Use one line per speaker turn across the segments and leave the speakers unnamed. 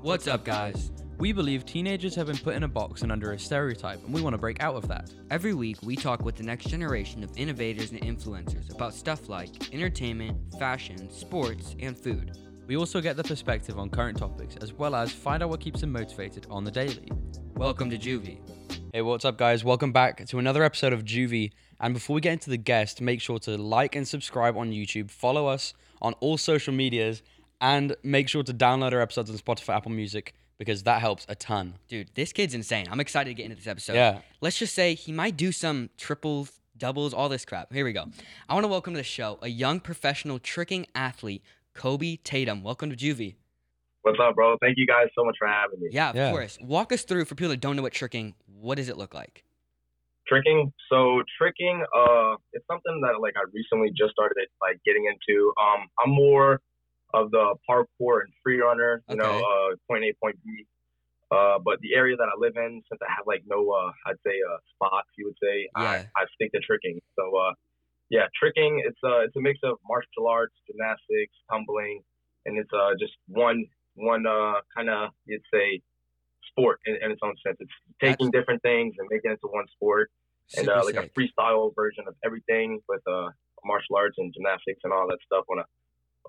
What's up, guys? We believe teenagers have been put in a box and under a stereotype, and we want to break out of that.
Every week, we talk with the next generation of innovators and influencers about stuff like entertainment, fashion, sports, and food.
We also get the perspective on current topics, as well as find out what keeps them motivated on the daily.
Welcome to Juvie.
Hey, what's up, guys? Welcome back to another episode of Juvie. And before we get into the guest, make sure to like and subscribe on YouTube, follow us on all social medias, and make sure to download our episodes on Spotify, Apple Music, because that helps a ton.
Dude, this kid's insane. I'm excited to get into this episode.
Yeah.
Let's just say he might do some triples, doubles, all this crap. Here we go. I want to welcome to the show a young professional tricking athlete, Kobe Tatum. Welcome to Juvie.
What's up, bro? Thank you guys so much for having me.
Yeah, of
Yeah.
course. Walk us through for people that don't know what tricking, what does it look like?
Tricking. So tricking, uh, it's something that like I recently just started like getting into. Um, I'm more of the parkour and free runner, you know,
Okay.
uh, point A, point B. Uh, but the area that I live in, since I have like no, uh, I'd say, uh, spots, you would say,
Yeah.
I, I stick to tricking. So, uh, yeah, tricking. It's uh, it's a mix of martial arts, gymnastics, tumbling, and it's uh, just one one uh, kind of you'd say sport in, in its own sense. It's taking different things and making it to one sport, and
Super
uh, like
sick.
a freestyle version of everything with uh, martial arts and gymnastics and all that stuff on a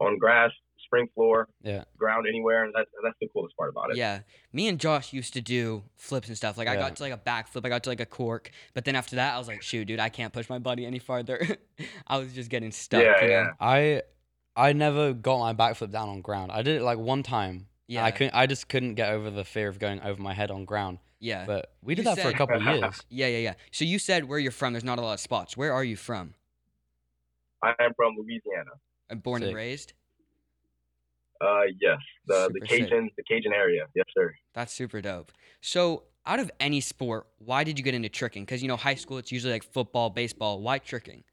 on grass, spring floor,
Yeah.
ground anywhere, and that's that's the coolest part about it.
Yeah. Me and Josh used to do flips and stuff. Like I
Yeah.
got to like a backflip, I got to like a cork, but then after that I was like, shoot, dude, I can't push my body any farther. I was just getting stuck.
Yeah,
you know?
yeah.
I I never got my backflip down on ground. I did it like one time. Yeah.
Yeah.
I couldn't I just couldn't get over the fear of going over my head on ground.
yeah.
But we did
You
that for a
said-
couple of years.
yeah, yeah, yeah. So you said where you're from, there's not a lot of spots. Where are you from?
I am from Louisiana.
Uh, Born
Sick.
and raised?
Uh, yes, the the
Super sick.
Cajun the Cajun area. Yes, sir.
That's super dope. So out of any sport, why did you get into tricking? Because you know, high school it's usually like football, baseball. Why tricking?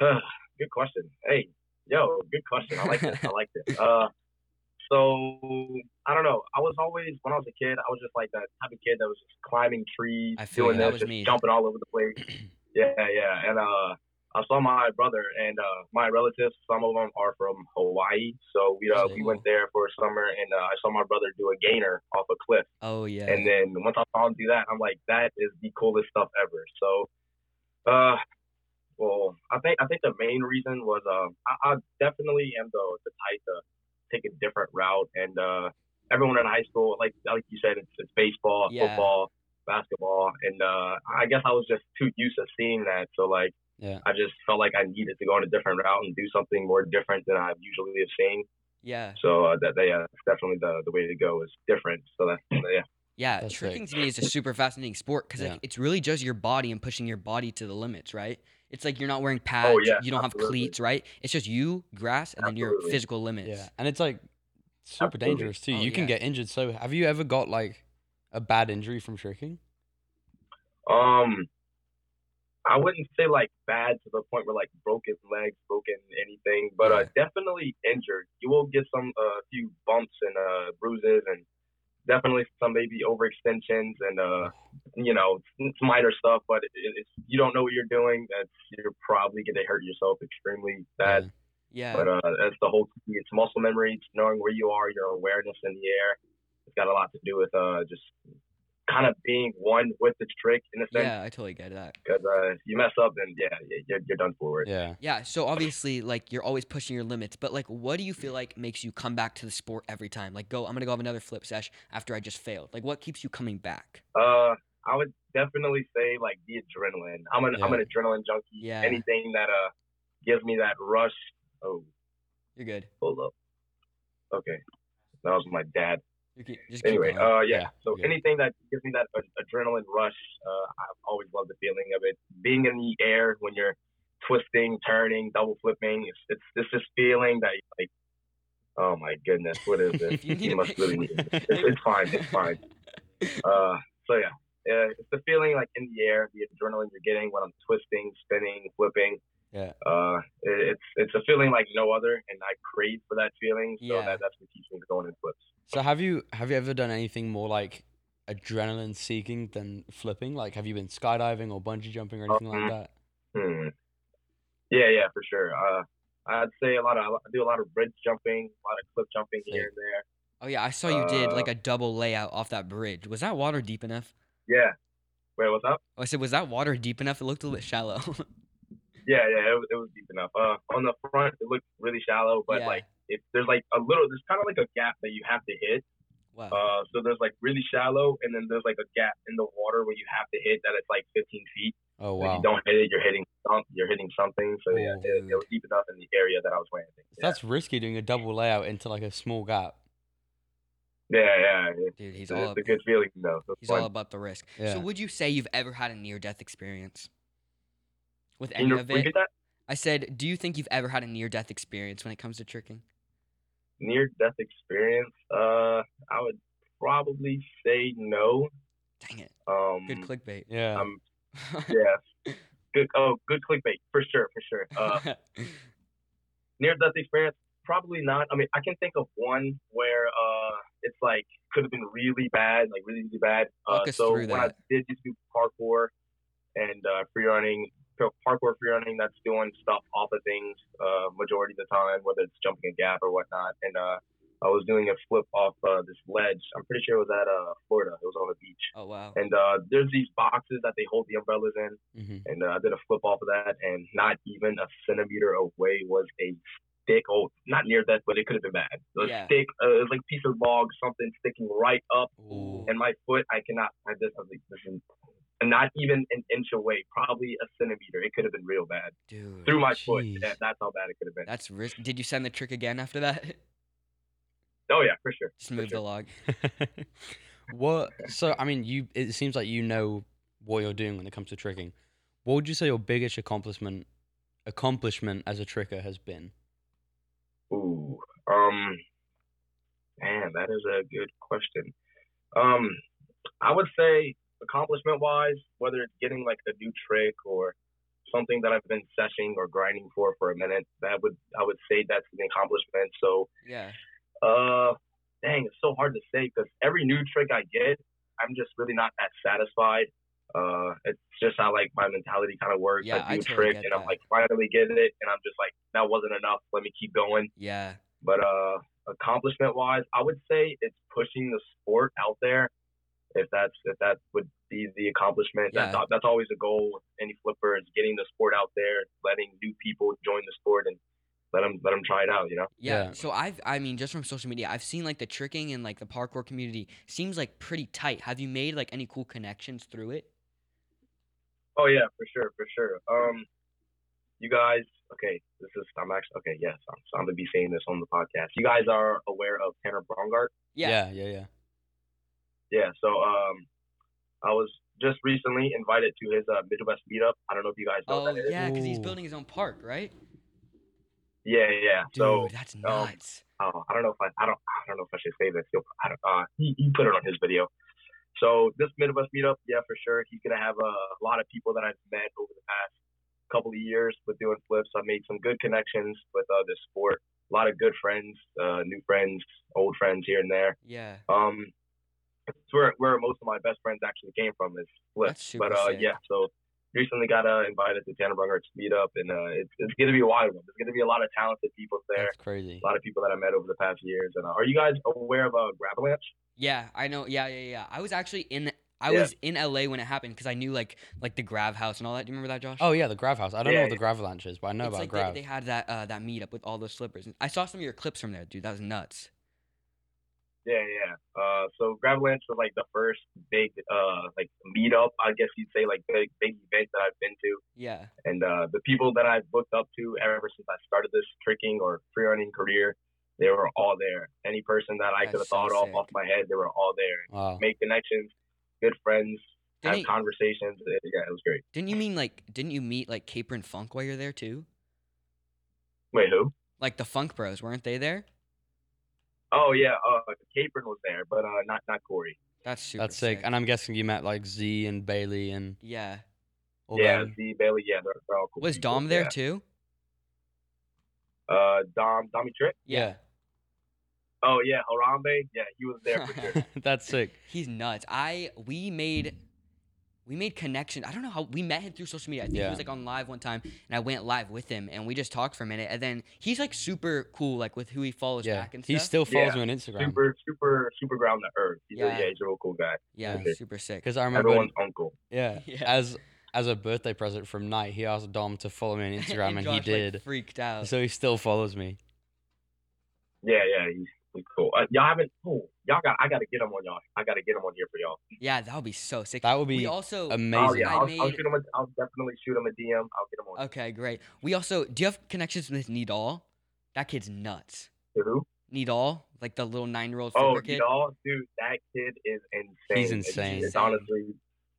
good question. Hey, yo, good question. I like this. I like this. Uh, so I don't know. I was always when I was a kid, I was just like that type of kid that was just climbing trees,
I feel
doing
you. That
this,
was
just
me.
jumping all over the place. yeah, yeah. And uh, I saw my brother and uh, my relatives. Some of them are from Hawaii, so we uh, we went there for a summer, and uh, I saw my brother do a gainer off a cliff.
Oh yeah.
And then once I saw him do that, I'm like, that is the coolest stuff ever. So, uh, well, I think I think the main reason was um, I, I definitely am the the type to take a different route. And uh, everyone in high school, like like you said, it's, it's baseball,
Yeah.
football, basketball, and uh, I guess I was just too used to seeing that. So like,
Yeah.
I just felt like I needed to go on a different route and do something more different than I usually have seen.
yeah.
So uh, that yeah, that's definitely the the way to go is different. So that's yeah.
Yeah,
That's sick.
tricking to me is a super fascinating sport because
Yeah.
like, it's really just your body and pushing your body to the limits, right? It's like you're not wearing pads,
Oh, yeah,
you don't have
absolutely.
cleats, right? It's just you, grass, and then your
Absolutely.
physical limits.
Yeah. And it's like super
Absolutely.
dangerous too.
Oh,
you can
yeah.
get injured. So have you ever got like a bad injury from tricking?
Um, I wouldn't say like bad to the point where like broken legs, broken anything, but uh, definitely injured. You will get some a few bumps and uh, bruises, and definitely some maybe overextensions and uh, you know, it's minor stuff. But it, it's you don't know what you're doing. That's you're probably gonna hurt yourself extremely bad.
Yeah.
Yeah.
But uh, that's the whole key. It's muscle memory. It's knowing where you are, your awareness in the air. It's got a lot to do with uh, just kind of being one with the trick in a sense.
yeah, I totally get that.
Because uh, if you mess up, then yeah, y- you're, you're done for. it.
Yeah.
Yeah, so obviously, like you're always pushing your limits, but like, what do you feel like makes you come back to the sport every time? Like, go, I'm gonna go have another flip sesh after I just failed. Like, what keeps you coming back?
Uh, I would definitely say like the adrenaline. I'm an I'm an adrenaline junkie.
Yeah.
Anything that uh gives me that rush. Oh,
You're good.
hold up. Okay, that was my dad.
You keep, just keep
Anyway,
going.
uh, yeah.
Yeah,
So
okay.
anything that gives me that a- adrenaline rush, uh, I've always loved the feeling of it. Being in the air when you're twisting, turning, double flipping. It's it's, it's this feeling that like, oh my goodness, what is this?
if you need
you
a
must really need
picture-
this. It's, it's fine. It's fine. Uh, so yeah, uh, it's the feeling like in the air, the adrenaline you're getting when I'm twisting, spinning, flipping.
Yeah.
Uh, it, it's it's a feeling like no other, and I crave for that feeling. So
Yeah.
that, that's what keeps me going in flips.
So have you have you ever done anything more like adrenaline seeking
Oh, mm.
than flipping? Like have you been skydiving or bungee jumping or anything like
Um,
that?
Hmm. Yeah, yeah, for sure. Uh, I'd say a lot of I do a lot of bridge jumping, a lot of cliff jumping
Sick.
here and there.
Oh yeah, I saw you did
Uh,
like a double layout off that bridge. Was that water deep enough?
Yeah. Wait, what's up?
Oh, I said, was that water deep enough? It looked a little bit shallow.
Yeah, yeah, it, was- it was deep enough. Uh, on the front, it looked really shallow, but
Yeah.
like if there's like a little, there's kind of like a gap that you have to hit.
wow.
Uh, so there's like really shallow, and then there's like a gap in the water where you have to hit that it's like 15 feet.
Oh
If
wow,
you don't hit it, you're hitting some, you're hitting something. So yeah,
Oh,
it, it was deep enough in the area that I was landing. Yeah,
that's risky doing a double layout into like a small gap.
yeah, yeah. It's,
Dude, he's all
it's
up,
a good feeling though. It's
he's
fun.
all about the risk.
Yeah.
So would you say you've ever had a near death experience? With
Can
any
you
of
repeat
it?
that?
I said, do you think you've ever had a near death experience when it comes to tricking?
Near death experience. Uh, I would probably say no.
Dang it.
Um,
Good clickbait.
Yeah.
Um, yeah. Good. Oh, good clickbait for sure, for sure. Uh, near death experience probably not i mean i can think of one where uh it's like could have been really bad like really really bad uh,
Walk us
so
through
when i
that.
did just do parkour and uh free running so parkour free running that's doing stuff off of things uh majority of the time whether it's jumping a gap or whatnot and uh i was doing a flip off uh, this ledge i'm pretty sure it was at uh florida it was on the beach
oh wow.
and uh there's these boxes that they hold the umbrellas in
Mhm.
and uh, I did a flip off of that, and not even a centimeter away was a stick. Oh, not near death, but it could have been bad. The
Yeah.
stick, uh, it was like a piece of log, something sticking right up,
Ooh.
and my foot, I cannot. I just I was like, this is not even an inch away, probably a centimeter. It could have been real bad
Dude.
through my foot.
Jeez.
Yeah, that's how bad it could have been.
That's risk. Did you send the trick again after that?
oh yeah, for sure.
Just move the log.
what? So I mean, you. It seems like you know what you're doing when it comes to tricking. What would you say your biggest accomplishment accomplishment as a tricker has been?
Ooh, um, man, that is a good question. Um, I would say accomplishment wise, whether it's getting like a new trick or something that I've been seshing or grinding for for a minute, that would I would say that's an accomplishment. So,
Yeah.
uh, dang, it's so hard to say because every new trick I get, I'm just really not that satisfied. Uh, it's just how like my mentality kind of works.
Yeah, I
I do a
totally
trick
get
and I'm
that.
like finally getting it, and I'm just like that wasn't enough. Let me keep going.
Yeah.
But uh, accomplishment wise, I would say it's pushing the sport out there. If that's if that would be the accomplishment, that's
Yeah.
al- that's always a goal. with Any flipper is getting the sport out there, letting new people join the sport and let them let them try it out. You know?
Yeah.
Yeah.
So I've I mean just from social media, I've seen like the tricking and like the parkour community seems like pretty tight. Have you made like any cool connections through it?
Oh yeah, for sure, for sure. Um, you guys, okay, this is I'm actually okay. Yes, I'm, I'm gonna be saying this on the podcast. You guys are aware of Tanner Brongart?
Yeah. Yeah. Yeah.
Yeah, so um, I was just recently invited to his uh, Midwest meetup. I don't know if you guys know what
Oh
that is.
yeah, because he's
Ooh.
building his own park, right?
Yeah, yeah.
Dude,
So um,
that's nuts.
uh, I don't know if I, I don't I don't know if I should say this. He'll, I don't, uh, he, he put it on his video. So this Midwest meetup, yeah, for sure. He's gonna have a lot of people that I've met over the past couple of years with doing flips. I made some good connections with uh, this sport. A lot of good friends, uh, new friends, old friends here and there.
yeah.
Um, it's where where most of my best friends actually came from is Flip.
That's super
But uh,
sick.
yeah, so recently got uh, invited to Tannenbrunger's meetup, and uh, it's it's gonna be a wild one. There's gonna be a lot of talented people there,
That's crazy.
a lot of people that I met over the past years. And uh, are you guys aware of uh, Gravalanche?
Yeah, I know. Yeah, yeah, yeah. I was actually in I
Yeah.
was in LA when it happened because I knew like like the Grav House and all that. Do you remember that, Josh?
Oh yeah, the Grav House. I don't
Yeah,
know what the Gravalanche is, but I know
it's
about
like
Grav.
They, they had that uh, that meetup with all those slippers. I saw some of your clips from there, dude. That was nuts.
Yeah, yeah. Uh, so Gravalanche was like the first big uh like meetup, I guess you'd say, like big big event that I've been to.
Yeah.
And uh, the people that I've looked up to ever since I started this tricking or free running career, they were all there. Any person that I
That's
could have
so
thought of
sick.
off my head, they were all there.
wow.
Made connections, good friends,
Didn't,
have conversations. It- yeah, it was great.
didn't you mean like didn't you meet like Capron Funk while you're there too?
Wait, who?
Like the Funk Bros, weren't they there?
Oh yeah, uh, Capron was there, but uh, not not Corey.
That's super.
That's sick. And I'm guessing you met like Z and Bailey and
yeah.
all
yeah,
them.
Z Bailey. Yeah, they're, they're all cool.
Was
people,
Dom there
yeah.
too?
Uh, Dom, Dommy Trick.
Yeah.
Oh yeah, Harambe. Yeah, he was there for sure.
That's sick.
He's nuts. I we made we made connection. I don't know how we met him through social media. I think he
Yeah.
was like on live one time, and I went live with him, and we just talked for a minute. And then he's like super cool, like with who he follows
Yeah,
back and stuff.
he still follows
Yeah.
me on Instagram
Super, super, super ground to earth. He's
Yeah.
A, yeah, he's a real cool guy.
yeah,
Okay.
super sick.
because I remember.
Everyone's uncle.
Yeah,
Yeah.
as as a birthday present from Knight, he asked Dom to follow me on Instagram, and, he
Josh, like,
did.
freaked out.
so he still follows me.
Yeah, yeah, he's, he's cool. Uh, y'all haven't. Oh, y'all got. I gotta get him on y'all. I gotta get him on here for y'all.
yeah, that would be so sick.
That would
we
be
also
amazing.
Oh yeah,
I
I'll, I'll
made-
shoot him. A, I'll definitely shoot him a DM. I'll get him on.
okay, great. We also do you have connections with Nidal? That kid's nuts.
To who?
Nidal, like the little nine-year-old
Oh,
flipper kid.
y'all, dude, that kid is insane.
He's
It's-
insane.
It's, honestly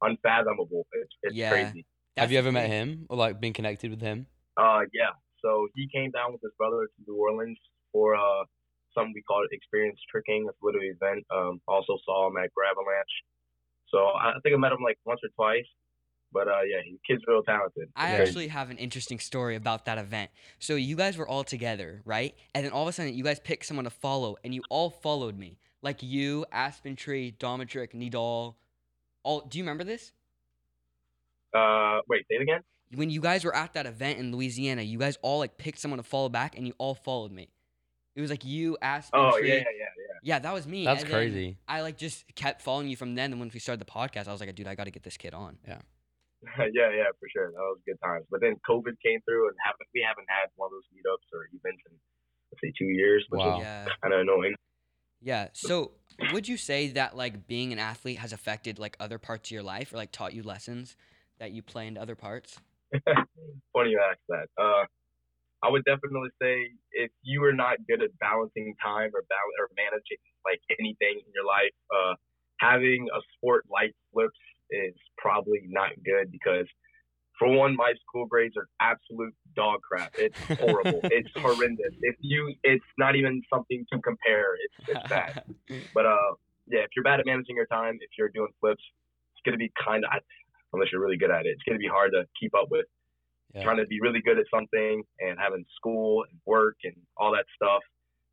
unfathomable. It's, it's
Yeah.
crazy.
Have you
That's
ever met
crazy.
him or like been connected with him?
Uh, yeah. So he came down with his brother to New Orleans for uh something we call it experience tricking. It's a little event. Um, also saw him at Gravalanche. So I I think I met him like once or twice. But uh, yeah, he kid's real talented.
I
Yeah.
actually have an interesting story about that event. So you guys were all together, right? And then all of a sudden, you guys picked someone to follow, and you all followed me, like you, Aspen Tree, Domitric, Nidal. All. Do you remember this?
Uh, wait, say it again.
When you guys were at that event in Louisiana, you guys all like picked someone to follow back, and you all followed me. It was like you, Aspen
Oh
Tree.
yeah, yeah, yeah.
Yeah, that was me.
That's
and then
crazy.
I like just kept following you from then. And when we started the podcast, I was like, dude, I got to get this kid on.
yeah, yeah, for sure. That was good times. But then COVID came through, and haven't, we haven't had one of those meetups or events in let's say two years, which
Wow.
is
Yeah.
kind of annoying.
Yeah. So would you say that like being an athlete has affected like other parts of your life or like taught you lessons that you play into other parts?
Funny you ask that. Uh, I would definitely say if you are not good at balancing time or bal- or managing like anything in your life, uh, having a sport like flips is probably not good because for one, my school grades are absolute dog crap. It's horrible. it's horrendous. If you, it's not even something to compare. It's, it's bad. But uh, yeah, if you're bad at managing your time, if you're doing flips, it's gonna be kind of unless you're really good at it, it's gonna be hard to keep up with.
Yeah.
Trying to be really good at something and having school and work and all that stuff.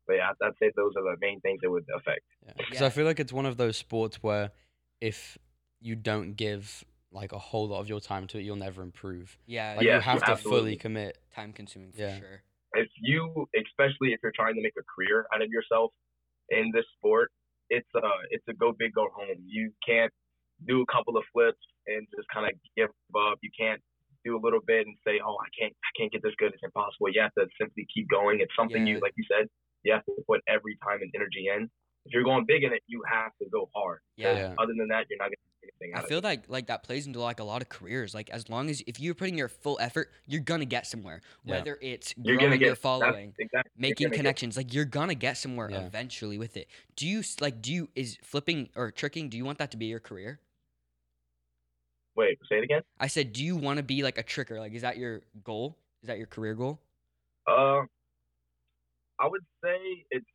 But yeah, I'd- I'd say those are the main things that would affect.
Because
Yeah.
I feel like it's one of those sports where if you don't give like a whole lot of your time to it, you'll never improve.
yeah.
Like
Yeah,
you have to fully
absolutely.
commit.
Time consuming for
Yeah.
sure.
If you, especially if you're trying to make a career out of yourself in this sport, it's a it's a go big go home. You can't do a couple of flips and just kind of give up. You can't do a little bit and say, "Oh, I can't, I can't get this good. It's impossible." You have to simply keep going. It's something
Yeah.
you, like you said, you have to put every time and energy in. If you're going big in it, you have to go hard. 'cause
Yeah.
Other than that, you're not gonna get anything
I
out
feel
of it.
like like that plays into like a lot of careers. Like as long as if you're putting your full effort, you're gonna get somewhere.
Yeah.
Whether it's
You're gonna
growing your
get that's
following,
exactly, you're
making
gonna get-
connections, like you're gonna get somewhere
Yeah.
eventually with it. Do you s- like do you is flipping or tricking? Do you want that to be your career?
Wait, say it again.
I said, do you want to be like a tricker? Like, is that your goal? Is that your career goal?
Uh, I would say it's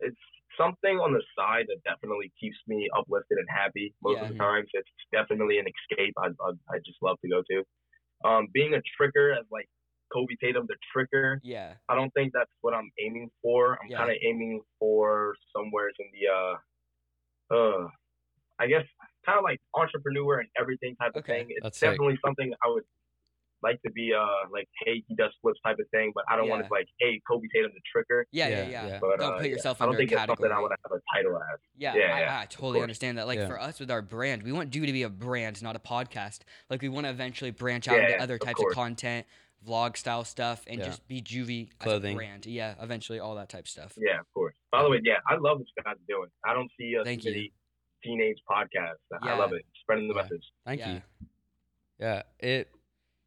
it's something on the side that definitely keeps me uplifted and happy most
Yeah.
of the times. It's definitely an escape. I, I I just love to go to. Um, being a tricker as like Kobe Tatum, the tricker.
Yeah.
I don't think that's what I'm aiming for. I'm
Yeah.
kind of aiming for somewhere in the uh, uh, I guess kind of like entrepreneur and everything type of
Okay,
thing. It's
that's sick.
definitely something I would like to be uh like hey he does flips type of thing, but I don't want
Yeah.
to be like hey Kobe Tatum the tricker.
Yeah, yeah,
Yeah,
yeah.
yeah.
But
Don't
uh,
put
yeah,
yourself
I don't
under a
think it's something I
category.
want to have a title as.
Yeah,
Yeah,
I,
yeah,
I totally
course.
understand that. Like
Yeah.
for us with our brand, we want you to be a brand, not a podcast. Like we want to eventually branch out
Yeah,
into
yeah,
other
of
types of
course.
content, vlog style stuff, and
Yeah.
just be juvie as a
Clothing.
brand. Yeah, eventually all that type stuff.
Yeah, of course. By the way, yeah, I love what you guys are doing. I don't see a
Thank you.
city teenage podcast.
Yeah.
I love it. Spreading the
Yeah.
message.
Thank
Yeah.
you. Yeah, it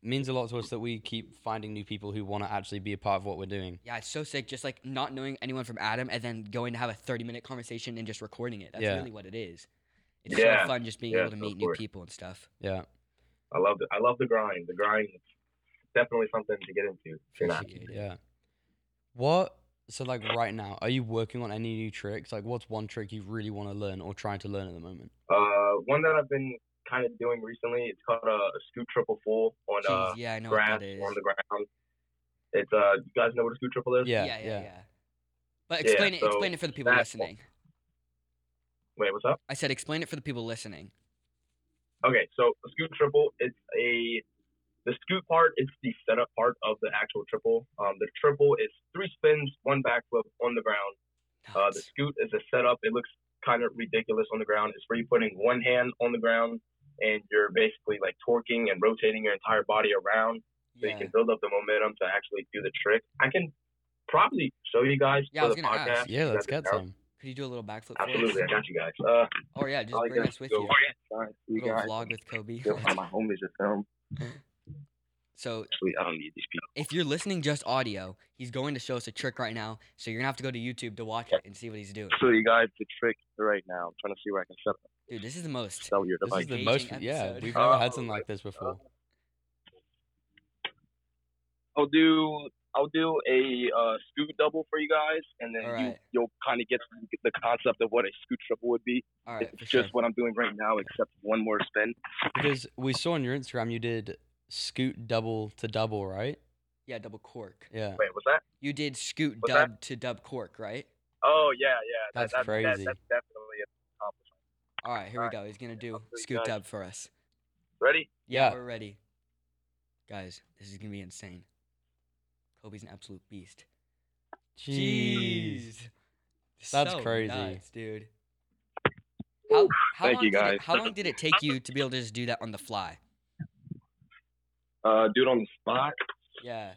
means a lot to us that we keep finding new people who want to actually be a part of what we're doing.
Yeah, it's so sick. Just like not knowing anyone from Adam, and then going to have a thirty-minute conversation and just recording it. That's
Yeah.
really what it is. It's
Yeah,
so fun just being
yeah,
able to
of
meet new
course.
people and stuff.
Yeah.
I love the I love the grind. The grind is definitely something to get into. If you're not.
Appreciate it.
Yeah. What? So like right now, are you working on any new tricks? Like, what's one trick you really want to learn or trying to learn at the moment?
Uh, one that I've been kind of doing recently. It's called a, a scoop triple full on
Jeez,
uh
yeah, I know what
grass
that is.
on the ground. It's uh, you guys know what a scoop triple is?
Yeah,
yeah, yeah, yeah.
yeah.
But
Yeah,
explain it.
so
Explain it for the people
that-
listening.
Wait, what's up?
I said explain it for the people listening.
Okay, so the scoot triple, it's a the scoot part is the setup part of the actual triple. Um, the triple is three spins, one backflip on the ground. Uh, the
Nuts.
scoot is a setup. It looks kind of ridiculous on the ground. It's where you're putting one hand on the ground and you're basically like torquing and rotating your entire body around so you
yeah.
can build up the momentum to actually do the trick. I can probably show you guys
Yeah, I
for
was
the
gonna ask.
podcast.
Yeah,
Is
let's
that
get
down?
some.
Could you do a little backflip? for us?
Absolutely, I got you guys. Uh,
Oh yeah, just
probably
bring
gonna
us with
go-
you.
All right, see you
Little
guys.
vlog with Kobe.
Yo, my homies are film.
so
Actually, I don't need these people.
if you're listening just audio, he's going to show us a trick right now. So you're gonna have to go to YouTube to watch it and see what he's doing.
So you guys, the trick right now. I'm trying to see where I can set up,
Dude, this is the most.
sell your
This
device.
is the
engaging
most. Yeah,
episode.
we've never had
Oh,
something like this before.
I'll do I'll do a uh, scoot double for you guys, and then you,
Alright.
you'll kind of get the concept of what a scoot triple would be.
All right, for
it's
sure.
just what I'm doing right now, except one more spin.
Because we saw on your Instagram you did scoot double to double, right?
Yeah, double cork.
Yeah.
Wait, what's that?
You did scoot
What's that?
dub to dub cork, right?
Oh yeah, yeah.
That's
that, that,
crazy.
That, that's definitely an accomplishment.
All right, here
All
we
right.
go. He's gonna do
I'll see you
scoot
guys.
dub for us.
Ready?
Yeah,
Yeah.
we're ready. Guys, this is gonna be insane. Kobe's an absolute beast.
Jeez. That's crazy.
nuts, dude. How, how
Thank
long
you,
Did
guys.
it, how long did it take you to be able to just do that on the fly?
Uh, do it on the spot.
Yeah.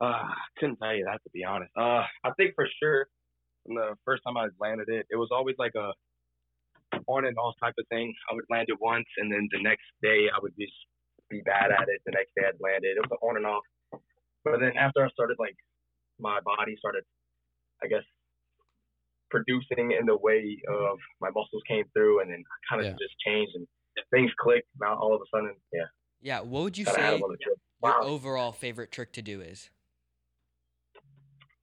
Uh, I couldn't tell you that to be honest. Uh, I think for sure, from the first time I landed it, it was always like a on and off type of thing. I would land it once, and then the next day I would just be bad at it. The next day I'd land it. It was a on and off. But then after I started, like my body started, I guess, producing in the way of my muscles came through, and then I kind
Yeah.
of just changed and things clicked. Now all of a sudden, yeah,
Yeah. What would you
kind of had
say
it on the trip.
your
Wow.
overall favorite trick to do is?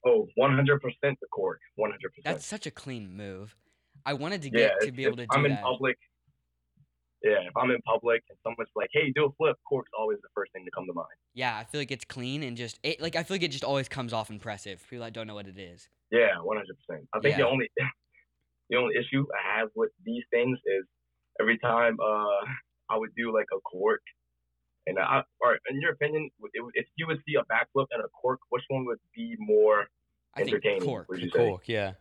Oh, 100% the cord. 100%.
That's such a clean move. I wanted to
yeah,
get to
if-
be able to
if
do
I'm in
that.
public. Yeah, if I'm in public and someone's like, "Hey, do a flip," cork's always the first thing to come to mind.
Yeah, I feel like it's clean and just it, like I feel like it just always comes off impressive. for People that don't know what it is.
Yeah, 100. percent I think
Yeah.
the only the only issue I have with these things is every time uh I would do like a cork, and I or in your opinion, if- if you would see a backflip and a cork, which one would be more
I think
entertaining?
cork.
Would
The
you say?
cork, yeah.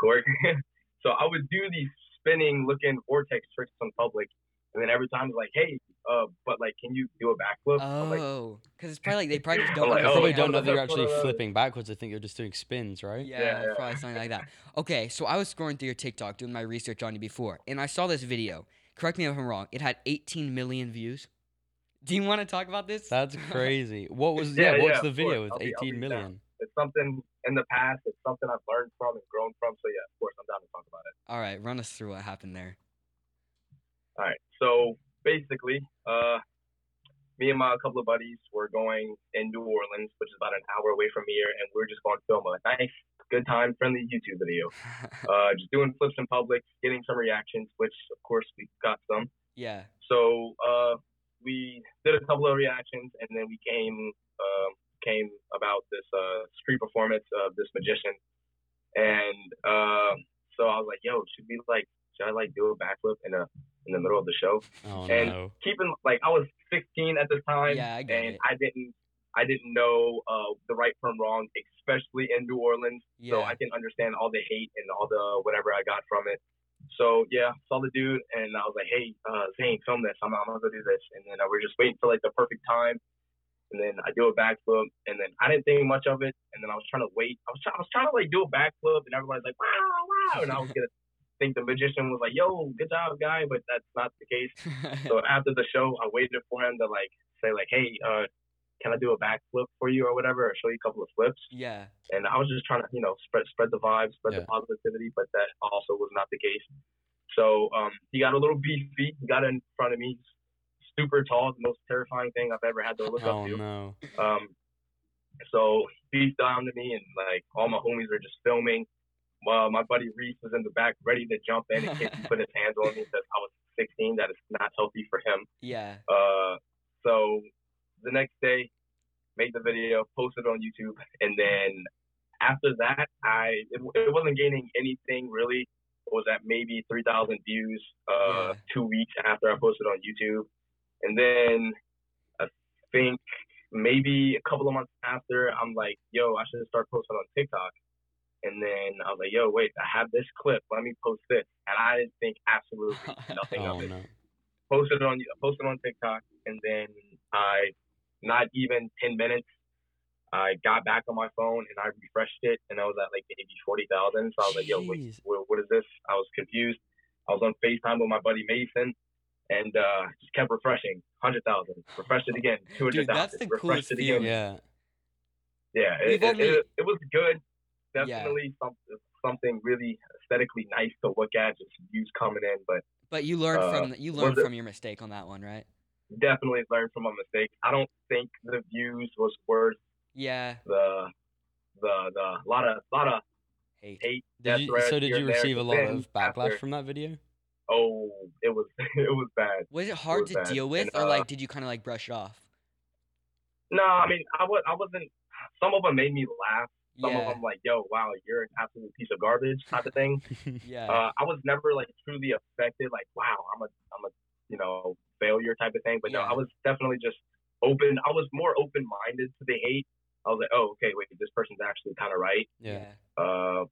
cork. so I would do these spinning looking vortex tricks in public, and then every time it's like, hey, uh, but like, can you do a backflip? I'm like,
Oh, because it's probably like they probably just don't.
I'm like,
They
oh,
probably
yeah,
don't know
that's
that you're
what
actually
I was-
flipping backwards. I think you're just doing spins, right?
Yeah,
yeah.
probably something like that. Okay, so I was scrolling through your TikTok doing my research on you before, and I saw this video. Correct me if I'm wrong. It had 18 million views. Do you want to talk about this?
That's crazy. What was yeah?
Yeah,
what's
yeah,
the
of
video
course.
with
I'll be- I'll
18
be down.
million?
it's something in the past. It's something I've learned from and grown from. So yeah, of course, I'm down to talk about it.
All right, run us through what happened there.
All right. So basically, uh, me and my couple of buddies were going in New Orleans, which is about an hour away from here, and we are just going to film a nice, good time, friendly YouTube video. Uh, just doing flips in public, getting some reactions, which of course we got some.
yeah.
So uh, we did a couple of reactions, and then we came um came about this uh, street performance of this magician. And uh, so I was like, "Yo, should we like should I like do a backflip in a in the middle of the show?"
Oh
And-
no.
Keeping like I was 16 at this time,
Yeah, I get
and
it.
I didn't I didn't know uh, the right from wrong, especially in New Orleans.
Yeah.
So I can understand all the hate and all the whatever I got from it. So yeah, saw the dude and I was like, hey, uh, Zane, film this. I'm, I'm gonna go do this. And then uh, we're just waiting for like the perfect time. And then I do a backflip, and then I didn't think much of it. And then I was trying to wait. I was, try- I was trying to like do a backflip, and everybody's like, wow, wow. And I was gonna think the magician was like, yo, good job, guy, but that's not the case. So after the show, I waited for him to like say like, hey, uh, can I do a backflip for you or whatever, or show you a couple of flips
yeah.
and I was just trying to, you know, spread spread the vibe, spread
Yeah.
the positivity, but that also was not the case. So um, he got a little beefy. He got in front of me, super tall, the most terrifying thing I've ever had to look
Oh
up to.
no.
Um, so he beefed down to me, and like all my homies were just filming. Uh, my buddy Reese was in the back, ready to jump in in case he put his hands on me because I was 16. That is not healthy for him.
Yeah.
Uh, so the next day, made the video, posted on YouTube, and then after that, I it, it wasn't gaining anything really was at maybe 3,000 views uh,
Yeah.
two weeks after I posted on YouTube. And then I think maybe a couple of months after, I'm like, yo, I should start posting on TikTok. And then I was like, yo, wait, I have this clip. Let me post this. And I didn't think absolutely nothing
Oh
of it.
no.
Posted it on posted on TikTok, and then I, not even 10 minutes, I got back on my phone and I refreshed it, and I was at like maybe 40,000. So I was like, yo, wait,
Jeez.
wha- what is this? I was confused. I was on FaceTime with my buddy Mason. And uh, just kept refreshing, hundred thousand. Refreshed it again, two
Dude,
hundred
that's
thousand.
the coolest
Refreshed it again.
feeling.
Yeah.
Yeah,
We've
it, it,
only-
it, it was good.
Yeah.
Definitely some, something really aesthetically nice to look at. Just views coming in, but
But you learned
Uh,
from the, you
was
learned
it-
from your mistake on that one, right?
definitely learned from my mistakes. I don't think the views was worth
Yeah.
the the the lot of lot of
Hey.
hate.
Did
death
you,
threats
so did you
here and there,
receive a
but
lot
then
of backlash
after-
from that video?
Oh, it was it was bad.
Was it hard
was
to
bad.
deal with,
And,
or
uh,
like did you kind of like brush it off?
No, I mean I was I wasn't. Some of them made me laugh. Some
yeah.
of them like, yo, wow, you're an absolute piece of garbage type of thing.
yeah.
uh, I was never like truly affected, like wow, I'm a I'm a you know failure type of thing. But no,
Yeah.
I was definitely just open. I was more open minded to the hate. I was like, oh, okay, wait, this person's actually kind of right.
yeah.
Uh,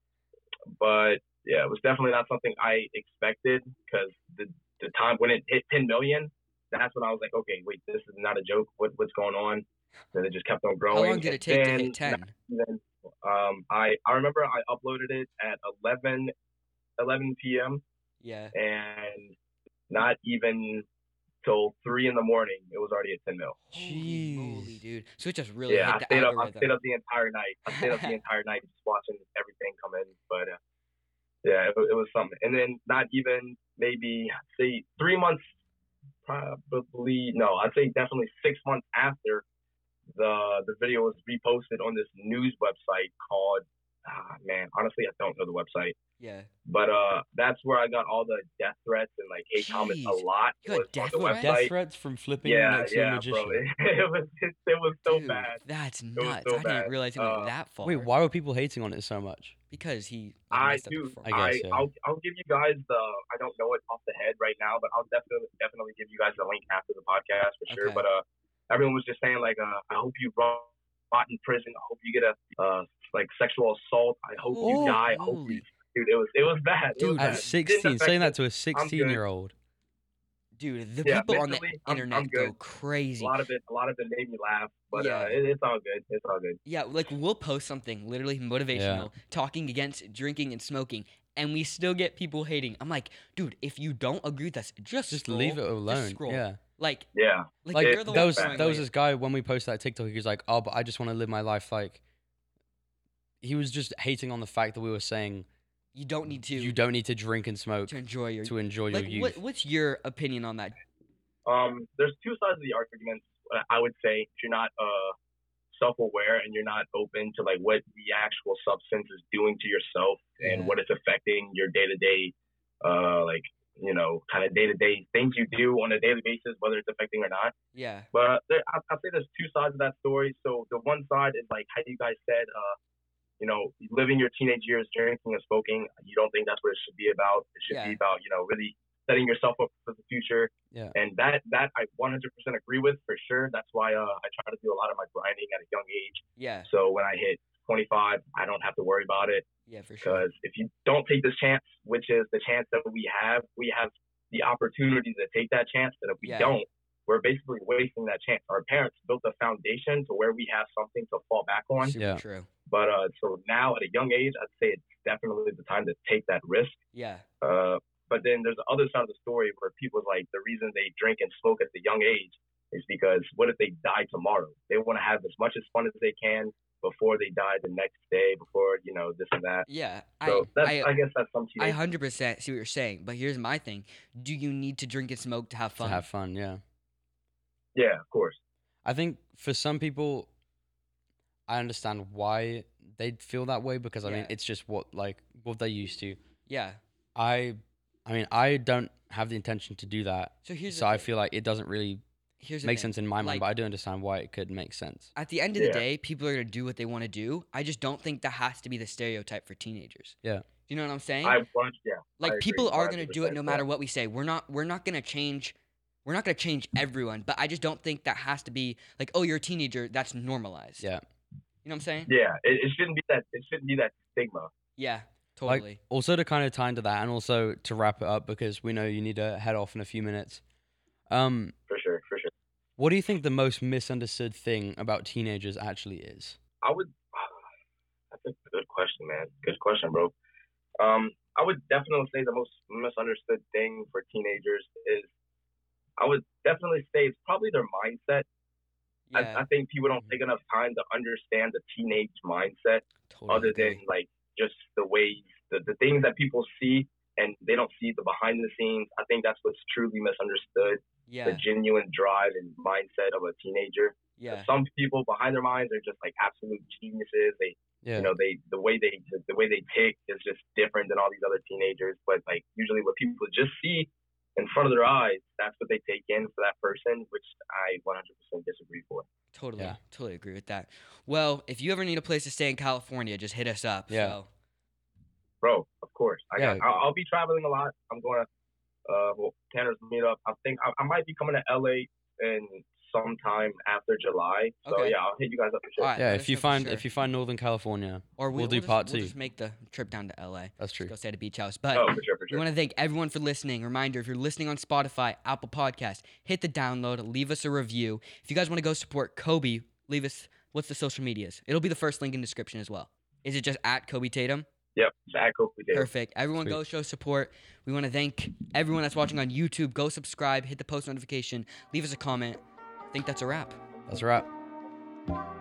but yeah, it was definitely not something I expected because the the time when it hit 10 million, that's when I was like, okay, wait, this is not a joke. What what's going on? Then it just kept on
How
growing.
long did it take to hit
And then-
ten?
and then um, I I remember I uploaded it at 11 11 p.m
Yeah.
and not even till three in the morning, it was already at ten mil.
Holy moly,
Jeez.
dude. So it just really
yeah,
hit
I
the
stayed up. I
algorithm.
stayed up the entire night. I stayed up the entire night just watching everything come in. But uh, yeah, it, wa- it was something. And then not even maybe say three months, probably no, I'd say definitely six months after the the video was reposted on this news website called. Ah, man, honestly, I don't know the website,
Yeah.
but uh, that's where I got all the death threats and like hate comments a
Jeez,
lot.
you got
was on
death
the
threats?
website.
Death threats from flipping
Yeah,
next to a
yeah,
magician.
bro. It, was it, was so
Dude,
bad.
That's
was
nuts.
so
I
bad.
didn't realize it went
Uh,
that far.
Wait, why were people hating on it so much?
Because he. like,
I
messed up the
do.
form.
I
I,
guess, yeah.
I'll I'll give you guys the I don't know it off the head right now, but I'll definitely definitely give you guys the link after the podcast for sure.
Okay.
But uh, everyone was just saying like uh, I hope you rot rot in prison. I hope you get a uh like sexual assault. I hope
Holy
you die. I hope
moly.
you, dude, it was it was bad. It was
Dude,
bad.
At
Didn't
16, saying that to a 16
good.
year old.
Dude, the
Yeah,
people on the
mentally, I'm- I'm
internet go
good.
crazy.
a lot of it. A lot of it made me laugh, but
Yeah.
uh, it, it's all good. It's all good.
Yeah, like we'll post something literally motivational, talking against drinking and smoking, and we still get people hating. I'm like, dude, if you don't agree with us, just
Just
scroll,
leave it alone.
scroll.
yeah.
Like,
Yeah,
like,
Like,
you're the
there
one
was,
throwing
there was
away-
this guy when we posted that TikTok, he was like, oh, but I just want to live my life like. He was just hating on the fact that we were saying
you don't need to
you don't need to drink and smoke
to enjoy your
to enjoy your
like.
youth.
What, what's your opinion on that?
um, there's two sides of the argument. uh, I would say if you're not uh, self-aware and you're not open to like what the actual substance is doing to yourself and
Yeah.
what it's affecting your day-to-day, uh, like you know, kind of day-to-day things you do on a daily basis, whether it's affecting or not.
Yeah,
But there, I, I say there's two sides of that story. So the one side is like how you guys said, uh, you know, living your teenage years drinking and smoking. You don't think that's what it should be about. It should
Yeah.
be about you know really setting yourself up for the future.
Yeah.
And that that I 100% agree with for sure. That's why uh, I try to do a lot of my grinding at a young age.
yeah,
So when I hit 25, I don't have to worry about it
yeah, for sure.
because if you don't take this chance, which is the chance that we have, we have the opportunity to take that chance. And if we
Yeah.
don't, we're basically wasting that chance. Our parents built a foundation to where we have something to fall back on.
Super
Yeah.
true.
But uh, so now at a young age, I'd say it's definitely the time to take that risk.
Yeah,
Uh, but then there's the other side of the story where people's like the reason they drink and smoke at the young age is because what if they die tomorrow? They want to have as much as fun as they can before they die the next day, before you know this and that.
yeah.
So that's,
I,
I, guess that's
I,
some
I
teenage.
hundred percent see what you're saying, but here's my thing: Do you need to drink and smoke to have fun?
To have fun, yeah.
yeah, of course.
I think for some people, I understand why they'd feel that way because I mean
Yeah.
it's just what like what they're used to.
Yeah.
I, I mean I don't have the intention to do that,
So here's the
so I
thing.
feel like it doesn't really
here's the
makes
thing.
sense in my mind,
like-
but I do understand why it could make sense.
At the end of the
Yeah.
day, people are gonna do what they want to do. I just don't think that has to be the stereotype for teenagers.
Yeah.
Do you know what I'm saying?
I want, yeah.
like
agree
people are gonna do it
100%,
no
yeah.
matter what we say. We're not we're not gonna change we're not gonna change everyone, but I just don't think that has to be like, oh, you're a teenager, that's normalized.
Yeah.
You know what I'm saying?
Yeah, it, it shouldn't be that. It shouldn't be that stigma.
Yeah,
Like-
totally.
Also, to kind of tie into that, and also to wrap it up because we know you need to head off in a few minutes. Um,
For sure, for sure.
what do you think the most misunderstood thing about teenagers actually is?
I would. That's a good question, man. Good question, bro. Um, I would definitely say the most misunderstood thing for teenagers is, I would definitely say it's probably their mindset.
yeah, Mm-hmm.
I, I think people don't take enough time to understand the teenage mindset,
totally.
other than
agree.
like just the ways, the, the things that people see, and they don't see the behind the scenes. I think that's what's truly misunderstood: the
yeah,
genuine drive and mindset of a teenager.
yeah,
some people behind their minds are just like absolute geniuses. They,
Yeah.
you know, they the way they the way they tick is just different than all these other teenagers. But like usually, what people just see in front of their eyes, that's what they take in for that person, which I 100% disagree for.
totally,
Yeah.
totally agree with that. Well, if you ever need a place to stay in California, just hit us up.
Yeah.
So.
Bro, of course, I
Yeah.
got. I'll, I'll be traveling a lot. I'm going to uh, well, Tanner's meetup. I think I, I might be coming to LA in sometime after July. So
Okay.
yeah, I'll hit you guys up for sure.
All right,
yeah,
let
if
us
you
know for
find
sure.
if you find Northern California,
or we,
we'll do
just-
part
We'll
two.
just make the trip down to LA.
that's true.
Go stay at a beach house. But
Oh, for sure, for
We
sure.
want to thank everyone for listening. Reminder if you're listening on Spotify, Apple Podcast, hit the download, leave us a review. If you guys want to go support Kobe, leave us what's the social medias? It'll be the first link in description as well. Is it just at Kobe Tatum?
Yep, Zach, hope we did.
Perfect. Everyone
Sweet.
go show support. We want to thank everyone that's watching on YouTube. Go subscribe, hit the post notification, leave us a comment. I think that's a wrap.
That's a wrap.